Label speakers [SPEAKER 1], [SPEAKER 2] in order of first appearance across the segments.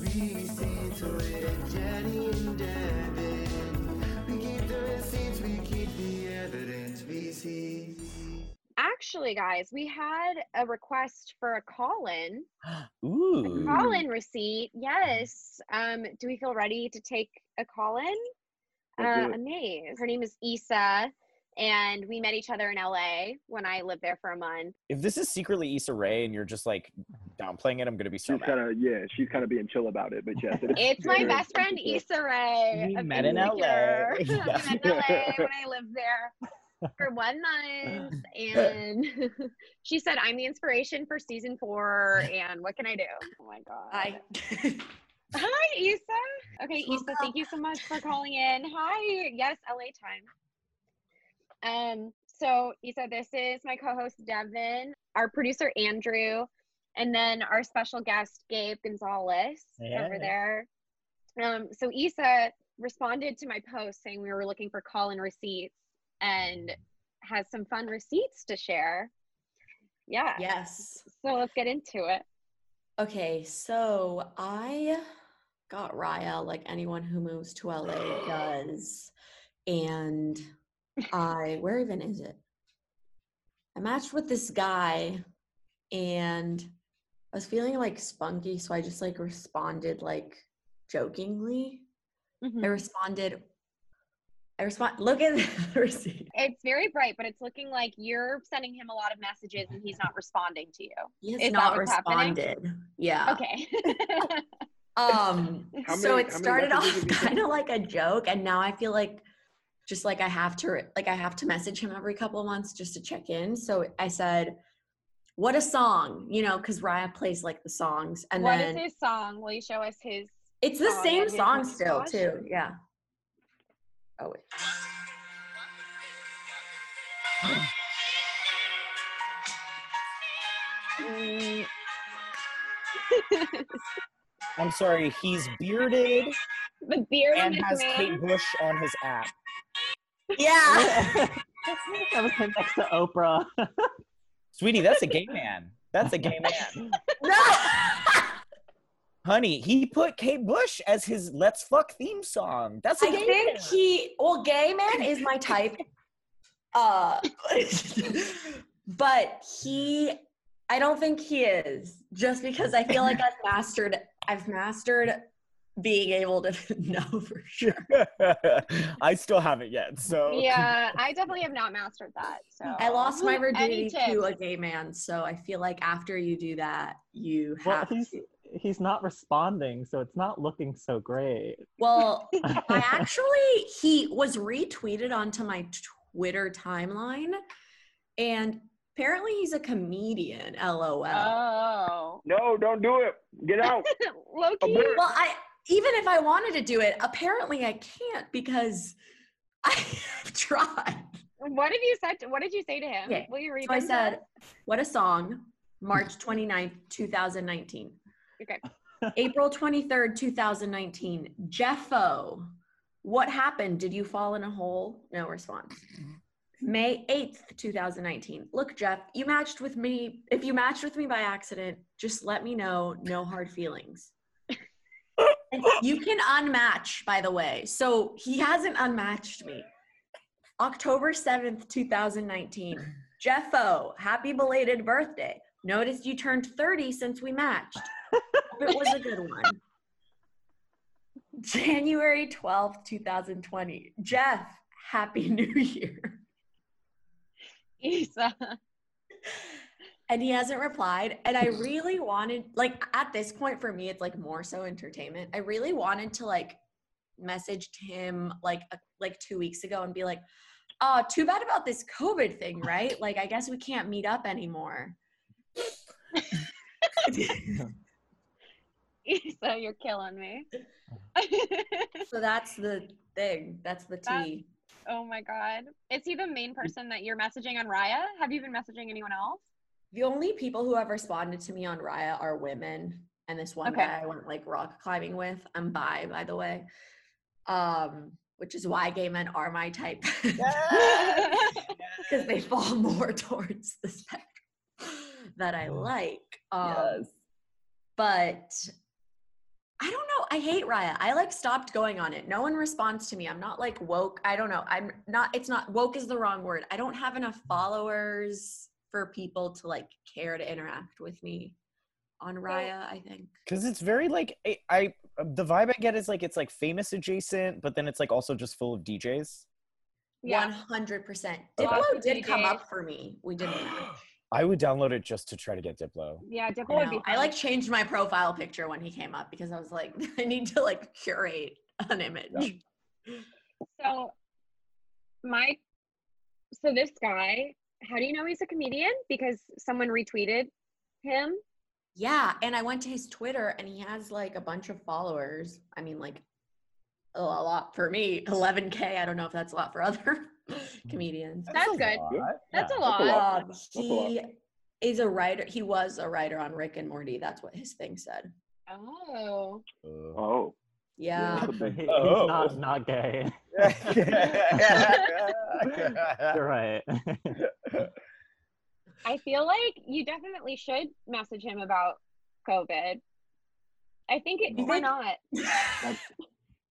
[SPEAKER 1] We see to it, Jenny and Devin. We keep the receipts, we keep the evidence we see.
[SPEAKER 2] Actually, guys, we had a request for a call-in,
[SPEAKER 3] Ooh.
[SPEAKER 2] call-in receipt.
[SPEAKER 4] Mm-hmm.
[SPEAKER 2] Yes. Um, do we feel ready to take a call-in?
[SPEAKER 4] Let's do
[SPEAKER 2] Uh,
[SPEAKER 4] it.
[SPEAKER 2] amazed. Her name is Issa, and we met each other in LA when I lived there for a month.
[SPEAKER 3] If this is secretly Issa Rae and you're just like downplaying it, I'm gonna be so
[SPEAKER 4] She's
[SPEAKER 3] mad.
[SPEAKER 4] kind of yeah, she's kind of being chill about it, but yes, it is
[SPEAKER 2] It's my
[SPEAKER 4] very
[SPEAKER 2] best friend
[SPEAKER 4] insecure.
[SPEAKER 2] Issa Rae.
[SPEAKER 3] We
[SPEAKER 2] of
[SPEAKER 3] met in
[SPEAKER 2] Insecure.
[SPEAKER 3] LA.
[SPEAKER 2] we met in LA when I lived there for one month, and she said, "I'm the inspiration for season four, and what can I do?" Oh my god!
[SPEAKER 5] Hi.
[SPEAKER 2] Hi, Issa. Okay, Issa, thank you so much for calling in. Hi. Yes, LA time. Um, so Issa, this is my co-host Devin, our producer Andrew, and then our special guest Gabe Gonzalez over
[SPEAKER 3] Yes.
[SPEAKER 2] there. Um, so Issa responded to my post saying we were looking for call-in receipts and has some fun receipts to share. Yeah.
[SPEAKER 5] Yes.
[SPEAKER 2] So let's get into it.
[SPEAKER 5] Okay, so I got Raya like anyone who moves to LA does. And I, where even is it? I matched with this guy and I was feeling like spunky, so I just like responded like jokingly.
[SPEAKER 2] Mm-hmm.
[SPEAKER 5] I
[SPEAKER 2] Hmm.
[SPEAKER 5] responded, I respond, look at the receipt.
[SPEAKER 2] It's very bright, but it's looking like you're sending him a lot of messages and he's not responding to you.
[SPEAKER 5] He has
[SPEAKER 2] Is that
[SPEAKER 5] not
[SPEAKER 2] what's happening?
[SPEAKER 5] responded. Yeah.
[SPEAKER 2] Okay.
[SPEAKER 5] Um,
[SPEAKER 4] How
[SPEAKER 5] so
[SPEAKER 4] many-
[SPEAKER 5] it
[SPEAKER 4] how many
[SPEAKER 5] started
[SPEAKER 4] messages
[SPEAKER 5] off
[SPEAKER 4] have you sent
[SPEAKER 5] kind of like a joke, and now I feel like just like I have to re- like I have to message him every couple of months just to check in. So I said, "What a song!" You know, because Raya plays like the songs, and
[SPEAKER 2] What is
[SPEAKER 5] then
[SPEAKER 2] his song? Will you show us his?
[SPEAKER 5] it's the
[SPEAKER 2] song that
[SPEAKER 5] same
[SPEAKER 2] his
[SPEAKER 5] song
[SPEAKER 2] name is
[SPEAKER 5] still
[SPEAKER 2] Josh?
[SPEAKER 5] too. Yeah. Oh wait.
[SPEAKER 3] I'm sorry, he's bearded
[SPEAKER 2] the beard
[SPEAKER 3] and
[SPEAKER 2] of
[SPEAKER 3] has
[SPEAKER 2] this
[SPEAKER 3] Kate
[SPEAKER 2] man.
[SPEAKER 3] Bush on his app.
[SPEAKER 5] Yeah.
[SPEAKER 6] that was him next to Oprah.
[SPEAKER 3] Sweetie, that's a gay man. That's a gay man.
[SPEAKER 5] no.
[SPEAKER 3] Honey, he put Kate Bush as his let's fuck theme song. That's a
[SPEAKER 5] I
[SPEAKER 3] gay
[SPEAKER 5] think
[SPEAKER 3] man.
[SPEAKER 5] he well, gay man is my type. Uh but he I don't think he is. Just because I feel like I've mastered I've mastered being able to know for sure.
[SPEAKER 3] I still haven't yet. So
[SPEAKER 2] Yeah, I definitely have not mastered that. So
[SPEAKER 5] I lost my
[SPEAKER 2] Any
[SPEAKER 5] virginity to
[SPEAKER 2] tips?
[SPEAKER 5] a gay man, so I feel like after you do that, you
[SPEAKER 6] Well,
[SPEAKER 5] have
[SPEAKER 6] he's
[SPEAKER 5] to.
[SPEAKER 6] he's not responding, so it's not looking so great.
[SPEAKER 5] Well, I actually he was retweeted onto my Twitter timeline, and apparently he's a comedian. LOL.
[SPEAKER 2] Oh,
[SPEAKER 4] No, don't do it. Get out.
[SPEAKER 2] Loki.
[SPEAKER 4] beard.
[SPEAKER 5] Well, I even if I wanted to do it, apparently I can't because I have tried.
[SPEAKER 2] What did you said? To, what did you say to him?
[SPEAKER 5] Okay,
[SPEAKER 2] Will you read?
[SPEAKER 5] So I
[SPEAKER 2] them to
[SPEAKER 5] said,
[SPEAKER 2] us?
[SPEAKER 5] "What a song." March 29th, 2019.
[SPEAKER 2] Okay.
[SPEAKER 5] April 23rd, 2019. Jeffo, what happened? Did you fall in a hole? No response. May 8th, 2019. Look, Jeff, you matched with me. If you matched with me by accident, just let me know. No hard feelings. And you can unmatch, by the way. So he hasn't unmatched me. October 7th, 2019. Jeffo, happy belated birthday. Noticed you turned 30 since we matched. Hope it was a good one. January 12th, 2020. Jeff, happy new year.
[SPEAKER 2] Isa.
[SPEAKER 5] And he hasn't replied. And I really wanted, like, at this point for me, it's like more so entertainment. I really wanted to, like, messaged him like a, like two weeks ago and be like, "Oh, too bad about this COVID thing, right? Like, I guess we can't meet up anymore."
[SPEAKER 2] Isa, you're killing me.
[SPEAKER 5] So that's the thing. That's the
[SPEAKER 2] That-
[SPEAKER 5] tea.
[SPEAKER 2] oh my god. Is he the main person that you're messaging on Raya? Have you been messaging anyone else?
[SPEAKER 5] The only people who have responded to me on Raya are women, and this one
[SPEAKER 2] Okay.
[SPEAKER 5] guy I went like rock climbing with. I'm bi, by the way, um, which is why gay men are my type because they fall more towards the
[SPEAKER 2] Mm.
[SPEAKER 5] spectrum that I like. Um, But I don't know. I hate Raya. I like stopped going on it. No one responds to me. I'm not like woke. I don't know. I'm not, it's not woke is the wrong word. I don't have enough followers for people to like care to interact with me on Raya, I think.
[SPEAKER 3] Because it's very like I, I the vibe I get is like it's like famous adjacent, but then it's like also just full of DJs.
[SPEAKER 2] Yeah.
[SPEAKER 5] 100%.
[SPEAKER 3] Okay.
[SPEAKER 5] Diplo
[SPEAKER 2] Lots of
[SPEAKER 5] did come
[SPEAKER 2] DJs.
[SPEAKER 5] up for me. We didn't. match.
[SPEAKER 3] I would download it just to try to get Diplo.
[SPEAKER 2] Yeah, Diplo
[SPEAKER 5] I,
[SPEAKER 2] would be
[SPEAKER 5] know. I
[SPEAKER 2] fun.
[SPEAKER 5] like changed my profile picture when he came up because I was like, I need to like curate an image.
[SPEAKER 2] So, my, so this guy, how do you know he's a comedian? Because someone retweeted him.
[SPEAKER 5] Yeah, and I went to his Twitter and he has like a bunch of followers. I mean, like a lo- a lot for me, 11K. I don't know if that's a lot for other comedians.
[SPEAKER 2] That's
[SPEAKER 3] a
[SPEAKER 2] good.
[SPEAKER 3] lot.
[SPEAKER 2] That's a
[SPEAKER 3] Yeah.
[SPEAKER 2] lot.
[SPEAKER 4] a lot.
[SPEAKER 5] Um,
[SPEAKER 4] a lot.
[SPEAKER 5] he is a writer. He was a writer on Rick and Morty. That's what his thing said.
[SPEAKER 2] Oh.
[SPEAKER 3] Uh,
[SPEAKER 4] Oh,
[SPEAKER 5] Yeah.
[SPEAKER 4] That's a big-
[SPEAKER 6] He- he's
[SPEAKER 3] Oh.
[SPEAKER 6] not not gay. You're right.
[SPEAKER 2] I feel like you definitely should message him about COVID. I think it,
[SPEAKER 5] You
[SPEAKER 2] why not?
[SPEAKER 5] think?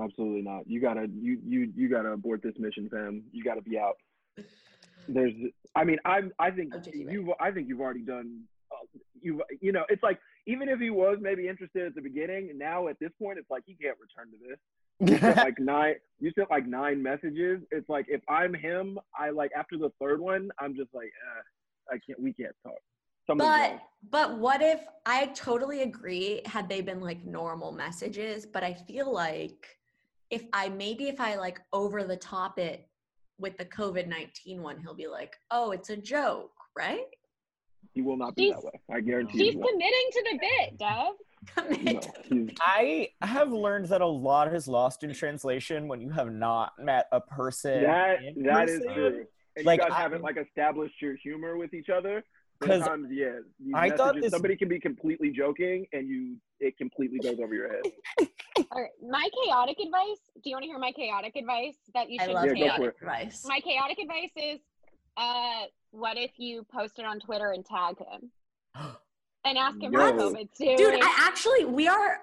[SPEAKER 4] absolutely not. You gotta, you, you, you gotta abort this mission, fam. You gotta be out. There's, I mean, I, I think
[SPEAKER 5] Oh, just wait.
[SPEAKER 4] you've, I think you've already done. Uh, you, you know, it's like even if he was maybe interested at the beginning, now at this point, it's like he can't return to this. sent, like nine you sent like nine messages it's like if i'm him i like after the third one i'm just like uh, i can't we can't talk Something
[SPEAKER 5] But
[SPEAKER 4] wrong.
[SPEAKER 5] but what if I totally agree had they been like normal messages, but I feel like if I maybe if I like over the top it with the COVID-19 one, he'll be like, "Oh, it's a joke." Right?
[SPEAKER 4] he will not be that
[SPEAKER 2] She's-
[SPEAKER 4] way i guarantee
[SPEAKER 2] She's
[SPEAKER 4] you he
[SPEAKER 2] committing to the bit, Dove.
[SPEAKER 4] won't.
[SPEAKER 5] Commit.
[SPEAKER 4] no, he's,
[SPEAKER 3] I have learned that a lot is lost in translation when you have not met a person.
[SPEAKER 4] that
[SPEAKER 3] in
[SPEAKER 4] that is
[SPEAKER 3] person.
[SPEAKER 4] true and
[SPEAKER 3] Like,
[SPEAKER 4] you guys
[SPEAKER 3] I-
[SPEAKER 4] haven't like established your humor with each other
[SPEAKER 3] 'Cause
[SPEAKER 4] sometimes yeah these
[SPEAKER 3] I thought
[SPEAKER 4] messages-
[SPEAKER 3] this-
[SPEAKER 4] somebody can be completely joking and you it completely goes over your head
[SPEAKER 2] All right, my chaotic advice. Do you want to hear my chaotic advice that you
[SPEAKER 5] I
[SPEAKER 2] should
[SPEAKER 5] love
[SPEAKER 4] Yeah, go
[SPEAKER 5] chaotic
[SPEAKER 4] for it.
[SPEAKER 5] advice.
[SPEAKER 2] My chaotic advice is uh what if you post it on Twitter and tag him? And ask him how
[SPEAKER 4] Yo.
[SPEAKER 2] COVID too.
[SPEAKER 5] Dude,
[SPEAKER 2] is.
[SPEAKER 5] I actually we are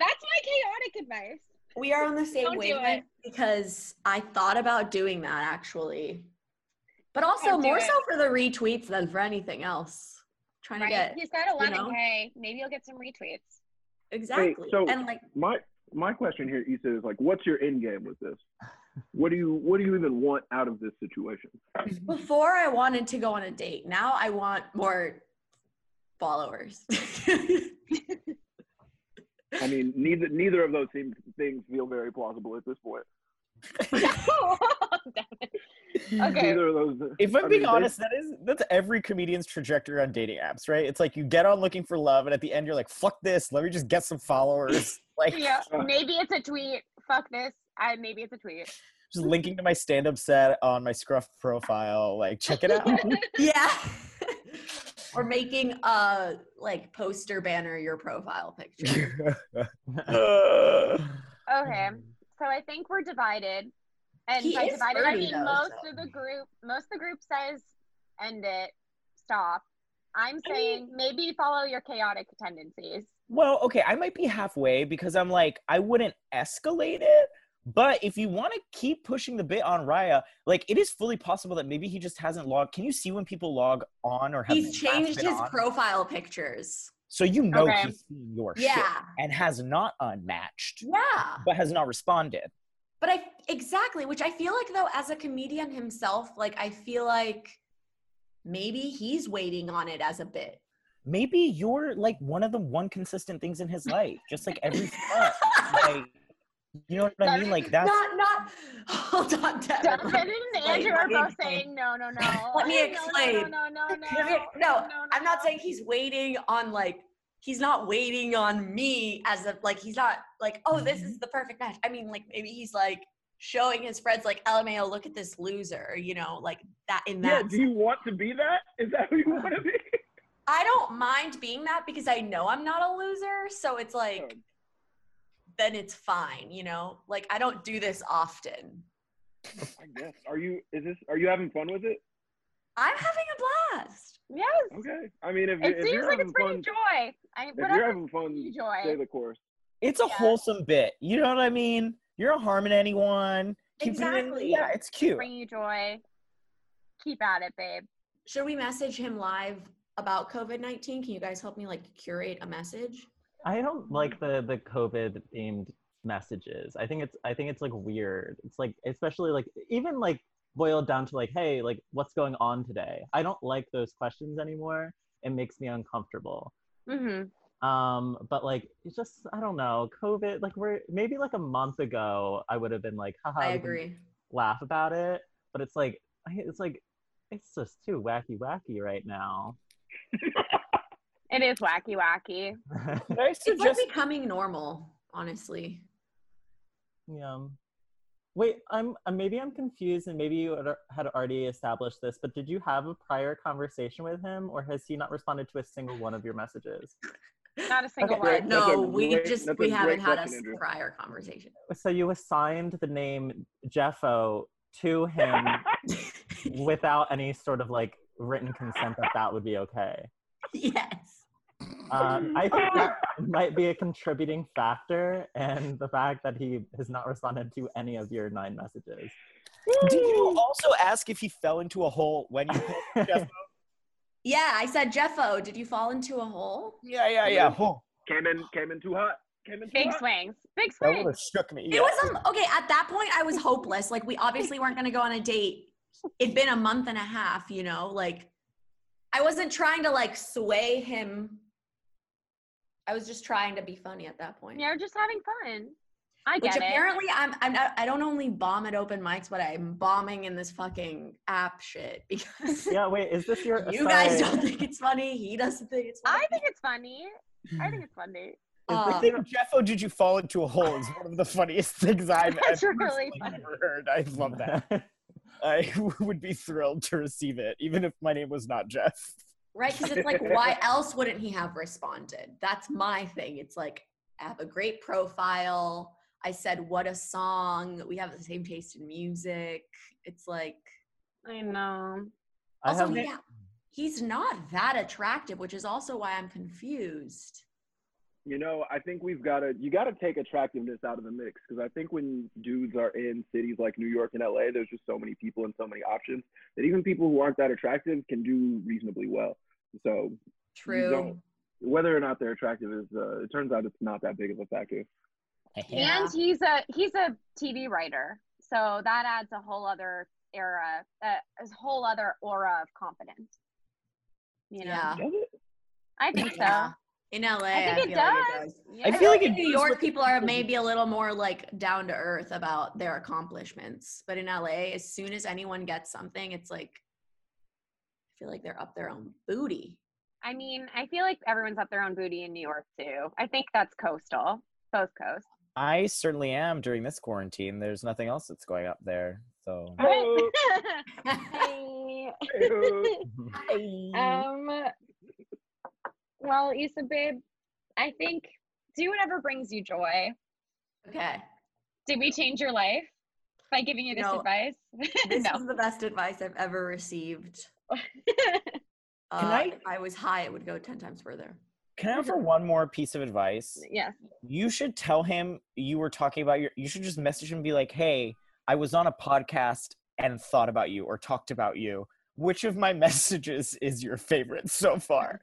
[SPEAKER 2] That's my chaotic advice.
[SPEAKER 5] we are on the
[SPEAKER 2] Don't
[SPEAKER 5] same
[SPEAKER 2] do
[SPEAKER 5] wavelength because I thought about doing that actually. But also
[SPEAKER 2] Don't do
[SPEAKER 5] more
[SPEAKER 2] it.
[SPEAKER 5] so for the retweets than for anything else. Trying to
[SPEAKER 2] Right?
[SPEAKER 5] get
[SPEAKER 2] He's got eleven
[SPEAKER 5] know?
[SPEAKER 2] K. Maybe you'll get some retweets.
[SPEAKER 5] exactly
[SPEAKER 4] so-
[SPEAKER 5] and like
[SPEAKER 4] my my question here Issa, is like what's your end game with this what do you what do you even want out of this situation
[SPEAKER 5] Before I wanted to go on a date. Now I want more followers.
[SPEAKER 4] I mean, neither neither of those seem, things feel very plausible at this point.
[SPEAKER 2] Oh, okay.
[SPEAKER 4] Neither of those.
[SPEAKER 3] If I'm
[SPEAKER 4] I
[SPEAKER 3] being
[SPEAKER 4] mean, they-
[SPEAKER 3] honest, that is that's every comedian's trajectory on dating apps, right? It's like you get on looking for love, and at the end you're like, "Fuck this, let me just get some followers." like
[SPEAKER 2] Yeah. Maybe it's a tweet. Fuck this. I maybe it's a tweet.
[SPEAKER 3] just linking to my stand-up set on my Scruff profile. Like, check it out.
[SPEAKER 5] yeah. or making a like poster banner your profile picture.
[SPEAKER 2] Okay. So I think we're divided. And
[SPEAKER 5] Um, He
[SPEAKER 2] by
[SPEAKER 5] is
[SPEAKER 2] divided I
[SPEAKER 5] 30
[SPEAKER 2] mean
[SPEAKER 5] though,
[SPEAKER 2] most
[SPEAKER 5] so-
[SPEAKER 2] of the group most of the group says end it, stop. I'm saying maybe follow your chaotic tendencies.
[SPEAKER 3] well, okay, I might be halfway because I'm like, I wouldn't escalate it. But if you want to keep pushing the bit on Raya, like it is fully possible that maybe he just hasn't logged. Can you see when people log on or have
[SPEAKER 5] He's
[SPEAKER 3] last
[SPEAKER 5] changed
[SPEAKER 3] been
[SPEAKER 5] his
[SPEAKER 3] on?
[SPEAKER 5] profile pictures.
[SPEAKER 3] so you know
[SPEAKER 2] Okay.
[SPEAKER 3] he's seen your shit
[SPEAKER 5] Yeah.
[SPEAKER 3] and has not unmatched,
[SPEAKER 5] Yeah.
[SPEAKER 3] but has not responded.
[SPEAKER 5] But I exactly, which I feel like though, as a comedian himself, like I feel like maybe he's waiting on it as a bit.
[SPEAKER 3] Maybe you're like one of the one consistent things in his life, just like every month. like, you know what I mean? Like that's
[SPEAKER 5] not not hold on, Devin.
[SPEAKER 2] Devin
[SPEAKER 5] let me
[SPEAKER 2] and
[SPEAKER 5] explain,
[SPEAKER 2] Andrew
[SPEAKER 5] let
[SPEAKER 2] are
[SPEAKER 5] me
[SPEAKER 2] both
[SPEAKER 5] explain.
[SPEAKER 2] saying no, no, no.
[SPEAKER 5] Let me
[SPEAKER 2] No,
[SPEAKER 5] explain.
[SPEAKER 2] No, no, no, no,
[SPEAKER 5] No,
[SPEAKER 2] no.
[SPEAKER 5] no, I'm not saying he's waiting on like he's not waiting on me as a like he's not like oh this
[SPEAKER 4] Mm-hmm.
[SPEAKER 5] is the perfect match. I mean like maybe he's like showing his friends like LMAO look at this loser, you know, like that in
[SPEAKER 4] yeah,
[SPEAKER 5] that.
[SPEAKER 4] do you want to be that? Is that who you want to be?
[SPEAKER 5] I don't mind being that because I know I'm not a loser, so it's like then it's fine, you know? Like I don't do this often.
[SPEAKER 4] I guess. Are you? Is this? Are you having fun with it?
[SPEAKER 5] I'm having a blast.
[SPEAKER 2] Yes.
[SPEAKER 4] Okay. I mean, if,
[SPEAKER 2] It
[SPEAKER 4] if
[SPEAKER 2] seems
[SPEAKER 4] you're
[SPEAKER 2] like
[SPEAKER 4] having
[SPEAKER 2] it's
[SPEAKER 4] fun,
[SPEAKER 2] bringing joy. I
[SPEAKER 4] if you're
[SPEAKER 2] whatever
[SPEAKER 4] having fun,
[SPEAKER 2] brings you joy.
[SPEAKER 4] stay the course.
[SPEAKER 3] It's a
[SPEAKER 5] Yeah.
[SPEAKER 3] wholesome bit. You know what I mean? You're not harming anyone. Keep it in-
[SPEAKER 5] Exactly.
[SPEAKER 3] yeah, it's cute.
[SPEAKER 2] Bring you joy. Keep at it, babe.
[SPEAKER 5] Should we message him live about COVID 19? Can you guys help me like curate a message?
[SPEAKER 6] I don't like the the COVID themed messages. I think it's I think it's like weird. It's like especially like even like boiled down to like hey like what's going on today. I don't like those questions anymore. It makes me uncomfortable.
[SPEAKER 2] hmm
[SPEAKER 6] Um, but like it's just I don't know COVID. Like we're maybe like a month ago I would have been like haha
[SPEAKER 5] I
[SPEAKER 6] we can
[SPEAKER 5] agree.
[SPEAKER 6] laugh about it. But it's like I- it's like it's just too wacky wacky right now.
[SPEAKER 2] It is wacky, wacky.
[SPEAKER 3] Can I
[SPEAKER 5] It's
[SPEAKER 3] suggest
[SPEAKER 5] like becoming normal, honestly.
[SPEAKER 6] Yeah. Wait, I'm uh, maybe I'm confused, and maybe you had ar- had already established this, but did you have a prior conversation with him, or has he not responded to a single one of your messages?
[SPEAKER 2] Not a single
[SPEAKER 4] Okay.
[SPEAKER 2] one.
[SPEAKER 4] That's
[SPEAKER 5] No,
[SPEAKER 4] a
[SPEAKER 5] we
[SPEAKER 4] great-
[SPEAKER 5] just
[SPEAKER 4] that's
[SPEAKER 5] we
[SPEAKER 4] a
[SPEAKER 5] haven't
[SPEAKER 4] great
[SPEAKER 5] had a
[SPEAKER 4] question, Andrew.
[SPEAKER 5] prior conversation.
[SPEAKER 6] So you assigned the name Jeffo to him without any sort of like written consent that that would be okay.
[SPEAKER 5] yes.
[SPEAKER 6] Um,
[SPEAKER 2] Mm.
[SPEAKER 4] Mm.
[SPEAKER 6] I think
[SPEAKER 4] Oh.
[SPEAKER 6] that might be a contributing factor, and the fact that he has not responded to any of your nine messages.
[SPEAKER 3] Did you also ask if he fell into a hole when you Jeff-
[SPEAKER 5] Yeah, I said Jeffo, did you fall into a hole?
[SPEAKER 3] Yeah, yeah, yeah. Oh,
[SPEAKER 4] Came in, came in too hot. Came in too
[SPEAKER 2] Big
[SPEAKER 4] hot.
[SPEAKER 2] swings. Big
[SPEAKER 3] that would
[SPEAKER 2] swings.
[SPEAKER 3] have shook me.
[SPEAKER 5] It was um, okay. At that point, I was hopeless. Like we obviously weren't going to go on a date. It'd been a month and a half, you know. Like I wasn't trying to like sway him. I was just trying to be funny at that point.
[SPEAKER 2] You're just having fun. I
[SPEAKER 5] Which
[SPEAKER 2] get it.
[SPEAKER 5] apparently I'm. I'm not. I don't only bomb at open mics, but I'm bombing in this fucking app shit because
[SPEAKER 6] Yeah, wait, is this your
[SPEAKER 5] you guys
[SPEAKER 6] sorry.
[SPEAKER 5] don't think it's funny. He doesn't think it's funny.
[SPEAKER 2] I think it's funny. I think it's funny.
[SPEAKER 3] I
[SPEAKER 5] Uh,
[SPEAKER 3] think Jeffo, did you fall into a hole? Is one of the funniest things I've
[SPEAKER 2] That's
[SPEAKER 3] ever,
[SPEAKER 2] really
[SPEAKER 3] personally
[SPEAKER 2] funny.
[SPEAKER 3] ever heard. I love that. I would be thrilled to receive it, even if my name was not Jeff.
[SPEAKER 5] Right? Because it's like, why else wouldn't he have responded? That's my thing. It's like, I have a great profile. I said, what a song. We have the same taste in music. It's like,
[SPEAKER 2] I know.
[SPEAKER 6] I
[SPEAKER 5] also,
[SPEAKER 6] have-
[SPEAKER 5] yeah, he's not that attractive, which is also why I'm confused.
[SPEAKER 4] You know, I think we've got to you got to take attractiveness out of the mix because I think when dudes are in cities like New York and LA, there's just so many people and so many options that even people who aren't that attractive can do reasonably well. So
[SPEAKER 5] True.
[SPEAKER 4] don't. whether or not they're attractive is, uh, it turns out it's not that big of a factor.
[SPEAKER 5] Yeah.
[SPEAKER 2] And he's a he's a TV writer, so that adds a whole other era, uh, a whole other aura of confidence. You know,
[SPEAKER 5] Yeah.
[SPEAKER 4] Does it?
[SPEAKER 2] I think so.
[SPEAKER 5] Yeah. In LA,
[SPEAKER 2] I think it,
[SPEAKER 5] feel like
[SPEAKER 2] does.
[SPEAKER 3] I
[SPEAKER 2] Yeah.
[SPEAKER 3] feel like
[SPEAKER 5] in
[SPEAKER 3] it
[SPEAKER 5] New
[SPEAKER 3] does
[SPEAKER 5] York,
[SPEAKER 3] look-
[SPEAKER 5] people are maybe a little more like down to earth about their accomplishments. But in LA, as soon as anyone gets something, it's like, I feel like they're up their own booty.
[SPEAKER 2] I mean, I feel like everyone's up their own booty in New York too. I think that's coastal, both coasts.
[SPEAKER 3] I certainly am during this quarantine. There's nothing else that's going up there. So
[SPEAKER 4] Oh,
[SPEAKER 2] Hey.
[SPEAKER 4] oh.
[SPEAKER 6] Mm-hmm.
[SPEAKER 2] um, well, Issa, babe, I think do whatever brings you joy.
[SPEAKER 5] okay.
[SPEAKER 2] Did we change your life by giving you this
[SPEAKER 5] No.
[SPEAKER 2] advice?
[SPEAKER 5] This
[SPEAKER 2] no.
[SPEAKER 5] is the best advice I've ever received. Uh,
[SPEAKER 3] Can I-
[SPEAKER 5] If I was high, it would go 10 times further.
[SPEAKER 3] can I offer one more piece of advice?
[SPEAKER 2] yes.
[SPEAKER 3] You should tell him you were talking about your. You should just message him and be like, "Hey, I was on a podcast and thought about you or talked about you. Which of my messages is your favorite so far?"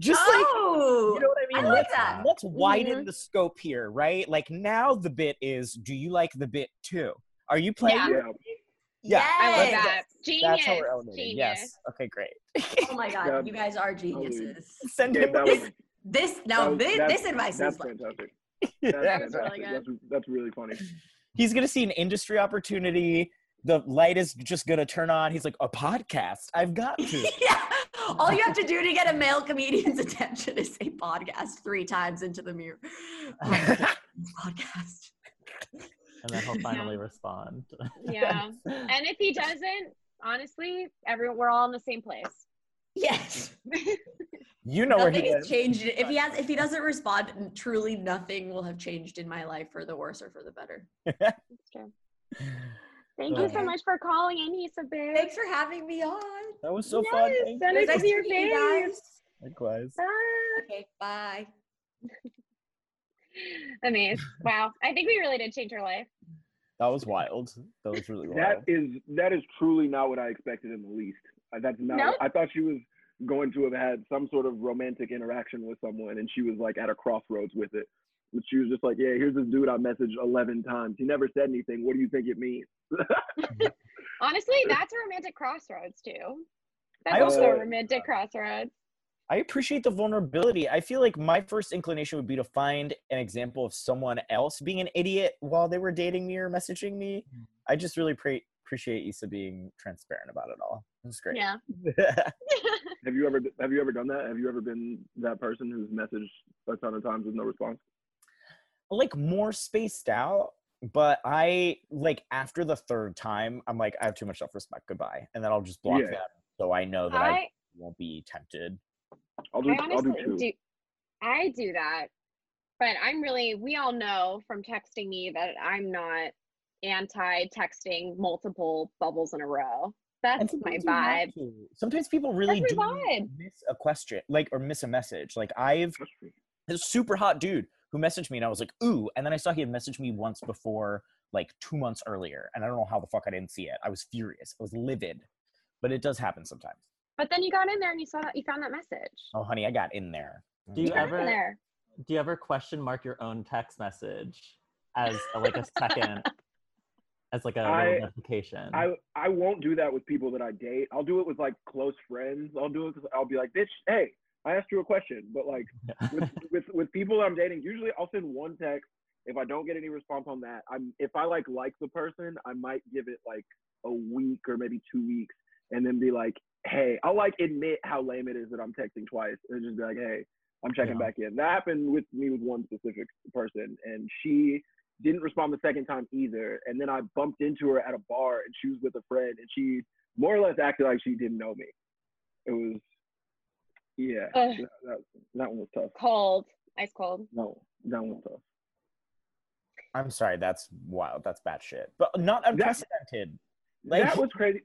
[SPEAKER 3] Just like
[SPEAKER 5] oh!
[SPEAKER 3] You know what I mean?
[SPEAKER 5] I like
[SPEAKER 3] let's,
[SPEAKER 5] that.
[SPEAKER 3] let's widen the scope here, right? Like now the bit is do you like the bit too? Are you playing?
[SPEAKER 2] Yeah.
[SPEAKER 4] yeah.
[SPEAKER 3] Yeah,
[SPEAKER 2] I love
[SPEAKER 5] Yes!
[SPEAKER 2] that. Genius.
[SPEAKER 3] That's how we're elevated.
[SPEAKER 2] Genius.
[SPEAKER 3] Yes. Okay, great.
[SPEAKER 5] Oh my God,
[SPEAKER 4] Yeah.
[SPEAKER 5] you guys are geniuses.
[SPEAKER 3] Send
[SPEAKER 4] Yeah,
[SPEAKER 3] him
[SPEAKER 4] that was,
[SPEAKER 5] This, now,
[SPEAKER 4] was-
[SPEAKER 5] this,
[SPEAKER 4] that's-
[SPEAKER 5] this advice
[SPEAKER 4] that's
[SPEAKER 5] is like,
[SPEAKER 4] fantastic. That's
[SPEAKER 3] yeah.
[SPEAKER 5] was really
[SPEAKER 4] fantastic. That's, that's really funny.
[SPEAKER 3] He's gonna see an industry opportunity. The light is just gonna turn on. He's like, a podcast. I've got to.
[SPEAKER 5] yeah. All you have to do to get a male comedian's attention is say podcast three times into the mirror. Um, podcast.
[SPEAKER 6] and then he'll finally respond.
[SPEAKER 2] Yeah. And if he doesn't, honestly, every we're all in the same place.
[SPEAKER 5] Yes.
[SPEAKER 3] you know where he
[SPEAKER 5] nothing has
[SPEAKER 3] is.
[SPEAKER 5] changed. If he has if he doesn't respond, truly nothing will have changed in my life for the worse or for the better.
[SPEAKER 2] It's true. Thank you so
[SPEAKER 5] Okay.
[SPEAKER 2] much for calling in, Isabel.
[SPEAKER 5] Thanks for having me on.
[SPEAKER 3] That was so fun. Thank
[SPEAKER 2] so
[SPEAKER 3] you.
[SPEAKER 2] nice to see your
[SPEAKER 5] meet you
[SPEAKER 2] face. Ah.
[SPEAKER 5] guys.
[SPEAKER 3] Likewise.
[SPEAKER 2] Bye.
[SPEAKER 5] Okay, bye.
[SPEAKER 2] Amazed. Wow. I think we really did change our life.
[SPEAKER 3] That was wild. That was really wild.
[SPEAKER 4] That is that is truly not what I expected in the least. Uh, That's not.
[SPEAKER 2] No.
[SPEAKER 4] I thought she was going to have had some sort of romantic interaction with someone, and she was like at a crossroads with it. But she was just like, "Yeah, here's this dude I messaged eleven times. He never said anything. What do you think it means?"
[SPEAKER 2] Honestly, that's a romantic crossroads too. That's
[SPEAKER 3] I
[SPEAKER 2] also a
[SPEAKER 4] also-
[SPEAKER 2] romantic crossroads.
[SPEAKER 3] I appreciate the vulnerability. I feel like my first inclination would be to find an example of someone else being an idiot while they were dating me or messaging me. I just really pre- appreciate Issa being transparent about it all. It's great.
[SPEAKER 2] Yeah.
[SPEAKER 4] Have you ever have you ever done that? Have you ever been that person who's messaged a ton of times with no response?
[SPEAKER 3] like more spaced out, but I like after the third time, I'm like, I have too much self respect. Goodbye. And then I'll just block
[SPEAKER 4] Yeah.
[SPEAKER 3] them so I know that I,
[SPEAKER 2] I
[SPEAKER 3] won't be tempted.
[SPEAKER 4] I'll do
[SPEAKER 2] I
[SPEAKER 4] I'll do
[SPEAKER 2] honestly
[SPEAKER 4] two.
[SPEAKER 2] do. I do that, but I'm really. We all know from texting me that I'm not anti-texting multiple bubbles in a row. That's my
[SPEAKER 3] sometimes you have
[SPEAKER 2] vibe.
[SPEAKER 3] to. Sometimes people really
[SPEAKER 2] That's
[SPEAKER 3] do
[SPEAKER 2] my vibe.
[SPEAKER 3] miss a question, like or miss a message. Like I've
[SPEAKER 4] That's true.
[SPEAKER 3] this super hot dude who messaged me and I was like, ooh. And then I saw he had messaged me once before, like two months earlier. And I don't know how the fuck I didn't see it. I was furious. I was livid. But it does happen sometimes.
[SPEAKER 2] But then you got in there and you saw that you found that message.
[SPEAKER 3] Oh, honey, I got in there.
[SPEAKER 6] Do you
[SPEAKER 2] got in
[SPEAKER 6] ever-
[SPEAKER 2] there.
[SPEAKER 6] do you ever question mark your own text message as a, like a second as like a little
[SPEAKER 4] I-
[SPEAKER 6] notification
[SPEAKER 4] I I won't do that with people that I date. I'll do it with like close friends. I'll do it 'cause I'll be like, bitch, hey, I asked you a question. But like
[SPEAKER 6] Yeah.
[SPEAKER 4] with, with with people I'm dating, usually I'll send one text. If I don't get any response on that, I'm if I like like the person, I might give it like a week or maybe two weeks, and then be like, hey, I'll like admit how lame it is that I'm texting twice, and just be like, hey, I'm checking
[SPEAKER 6] Yeah.
[SPEAKER 4] back in. That happened with me with one specific person, and she didn't respond the second time either. And then I bumped into her at a bar, and she was with a friend, and she more or less acted like she didn't know me. It was, yeah,
[SPEAKER 2] Ugh.
[SPEAKER 4] that, that, that one was tough.
[SPEAKER 2] Cold, ice cold.
[SPEAKER 4] No, that one was tough.
[SPEAKER 3] I'm sorry, that's wild. That's bad shit. But not unprecedented. Like-
[SPEAKER 4] that was crazy.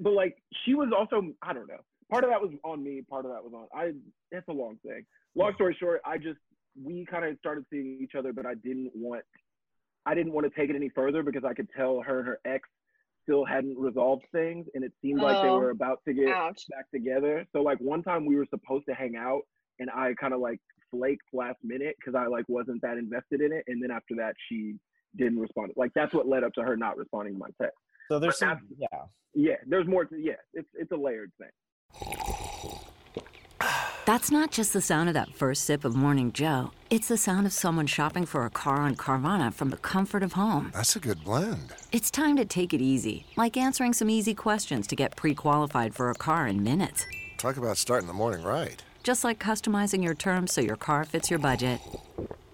[SPEAKER 4] But like, she was also, I don't know. Part of that was on me. Part of that was on I. It's a long thing. Long story short, I just we kind of started seeing each other, but I didn't want, I didn't want to take it any further because I could tell her and her ex still hadn't resolved things, and it seemed like they
[SPEAKER 2] Oh.
[SPEAKER 4] were about to get
[SPEAKER 2] Ouch.
[SPEAKER 4] back together. So like one time we were supposed to hang out, and I kind of like flaked last minute because I like wasn't that invested in it. And then after that, she didn't respond. Like that's what led up to her not responding to my text.
[SPEAKER 3] So there's
[SPEAKER 4] But
[SPEAKER 3] some, yeah.
[SPEAKER 4] Yeah, there's more. To, yeah, it's it's a layered thing.
[SPEAKER 7] That's not just the sound of that first sip of Morning Joe. It's the sound of someone shopping for a car on Carvana from the comfort of home.
[SPEAKER 8] That's a good blend.
[SPEAKER 7] It's time to take it easy, like answering some easy questions to get pre qualified for a car in minutes.
[SPEAKER 8] Talk about starting the morning right.
[SPEAKER 7] Just like customizing your terms so your car fits your budget.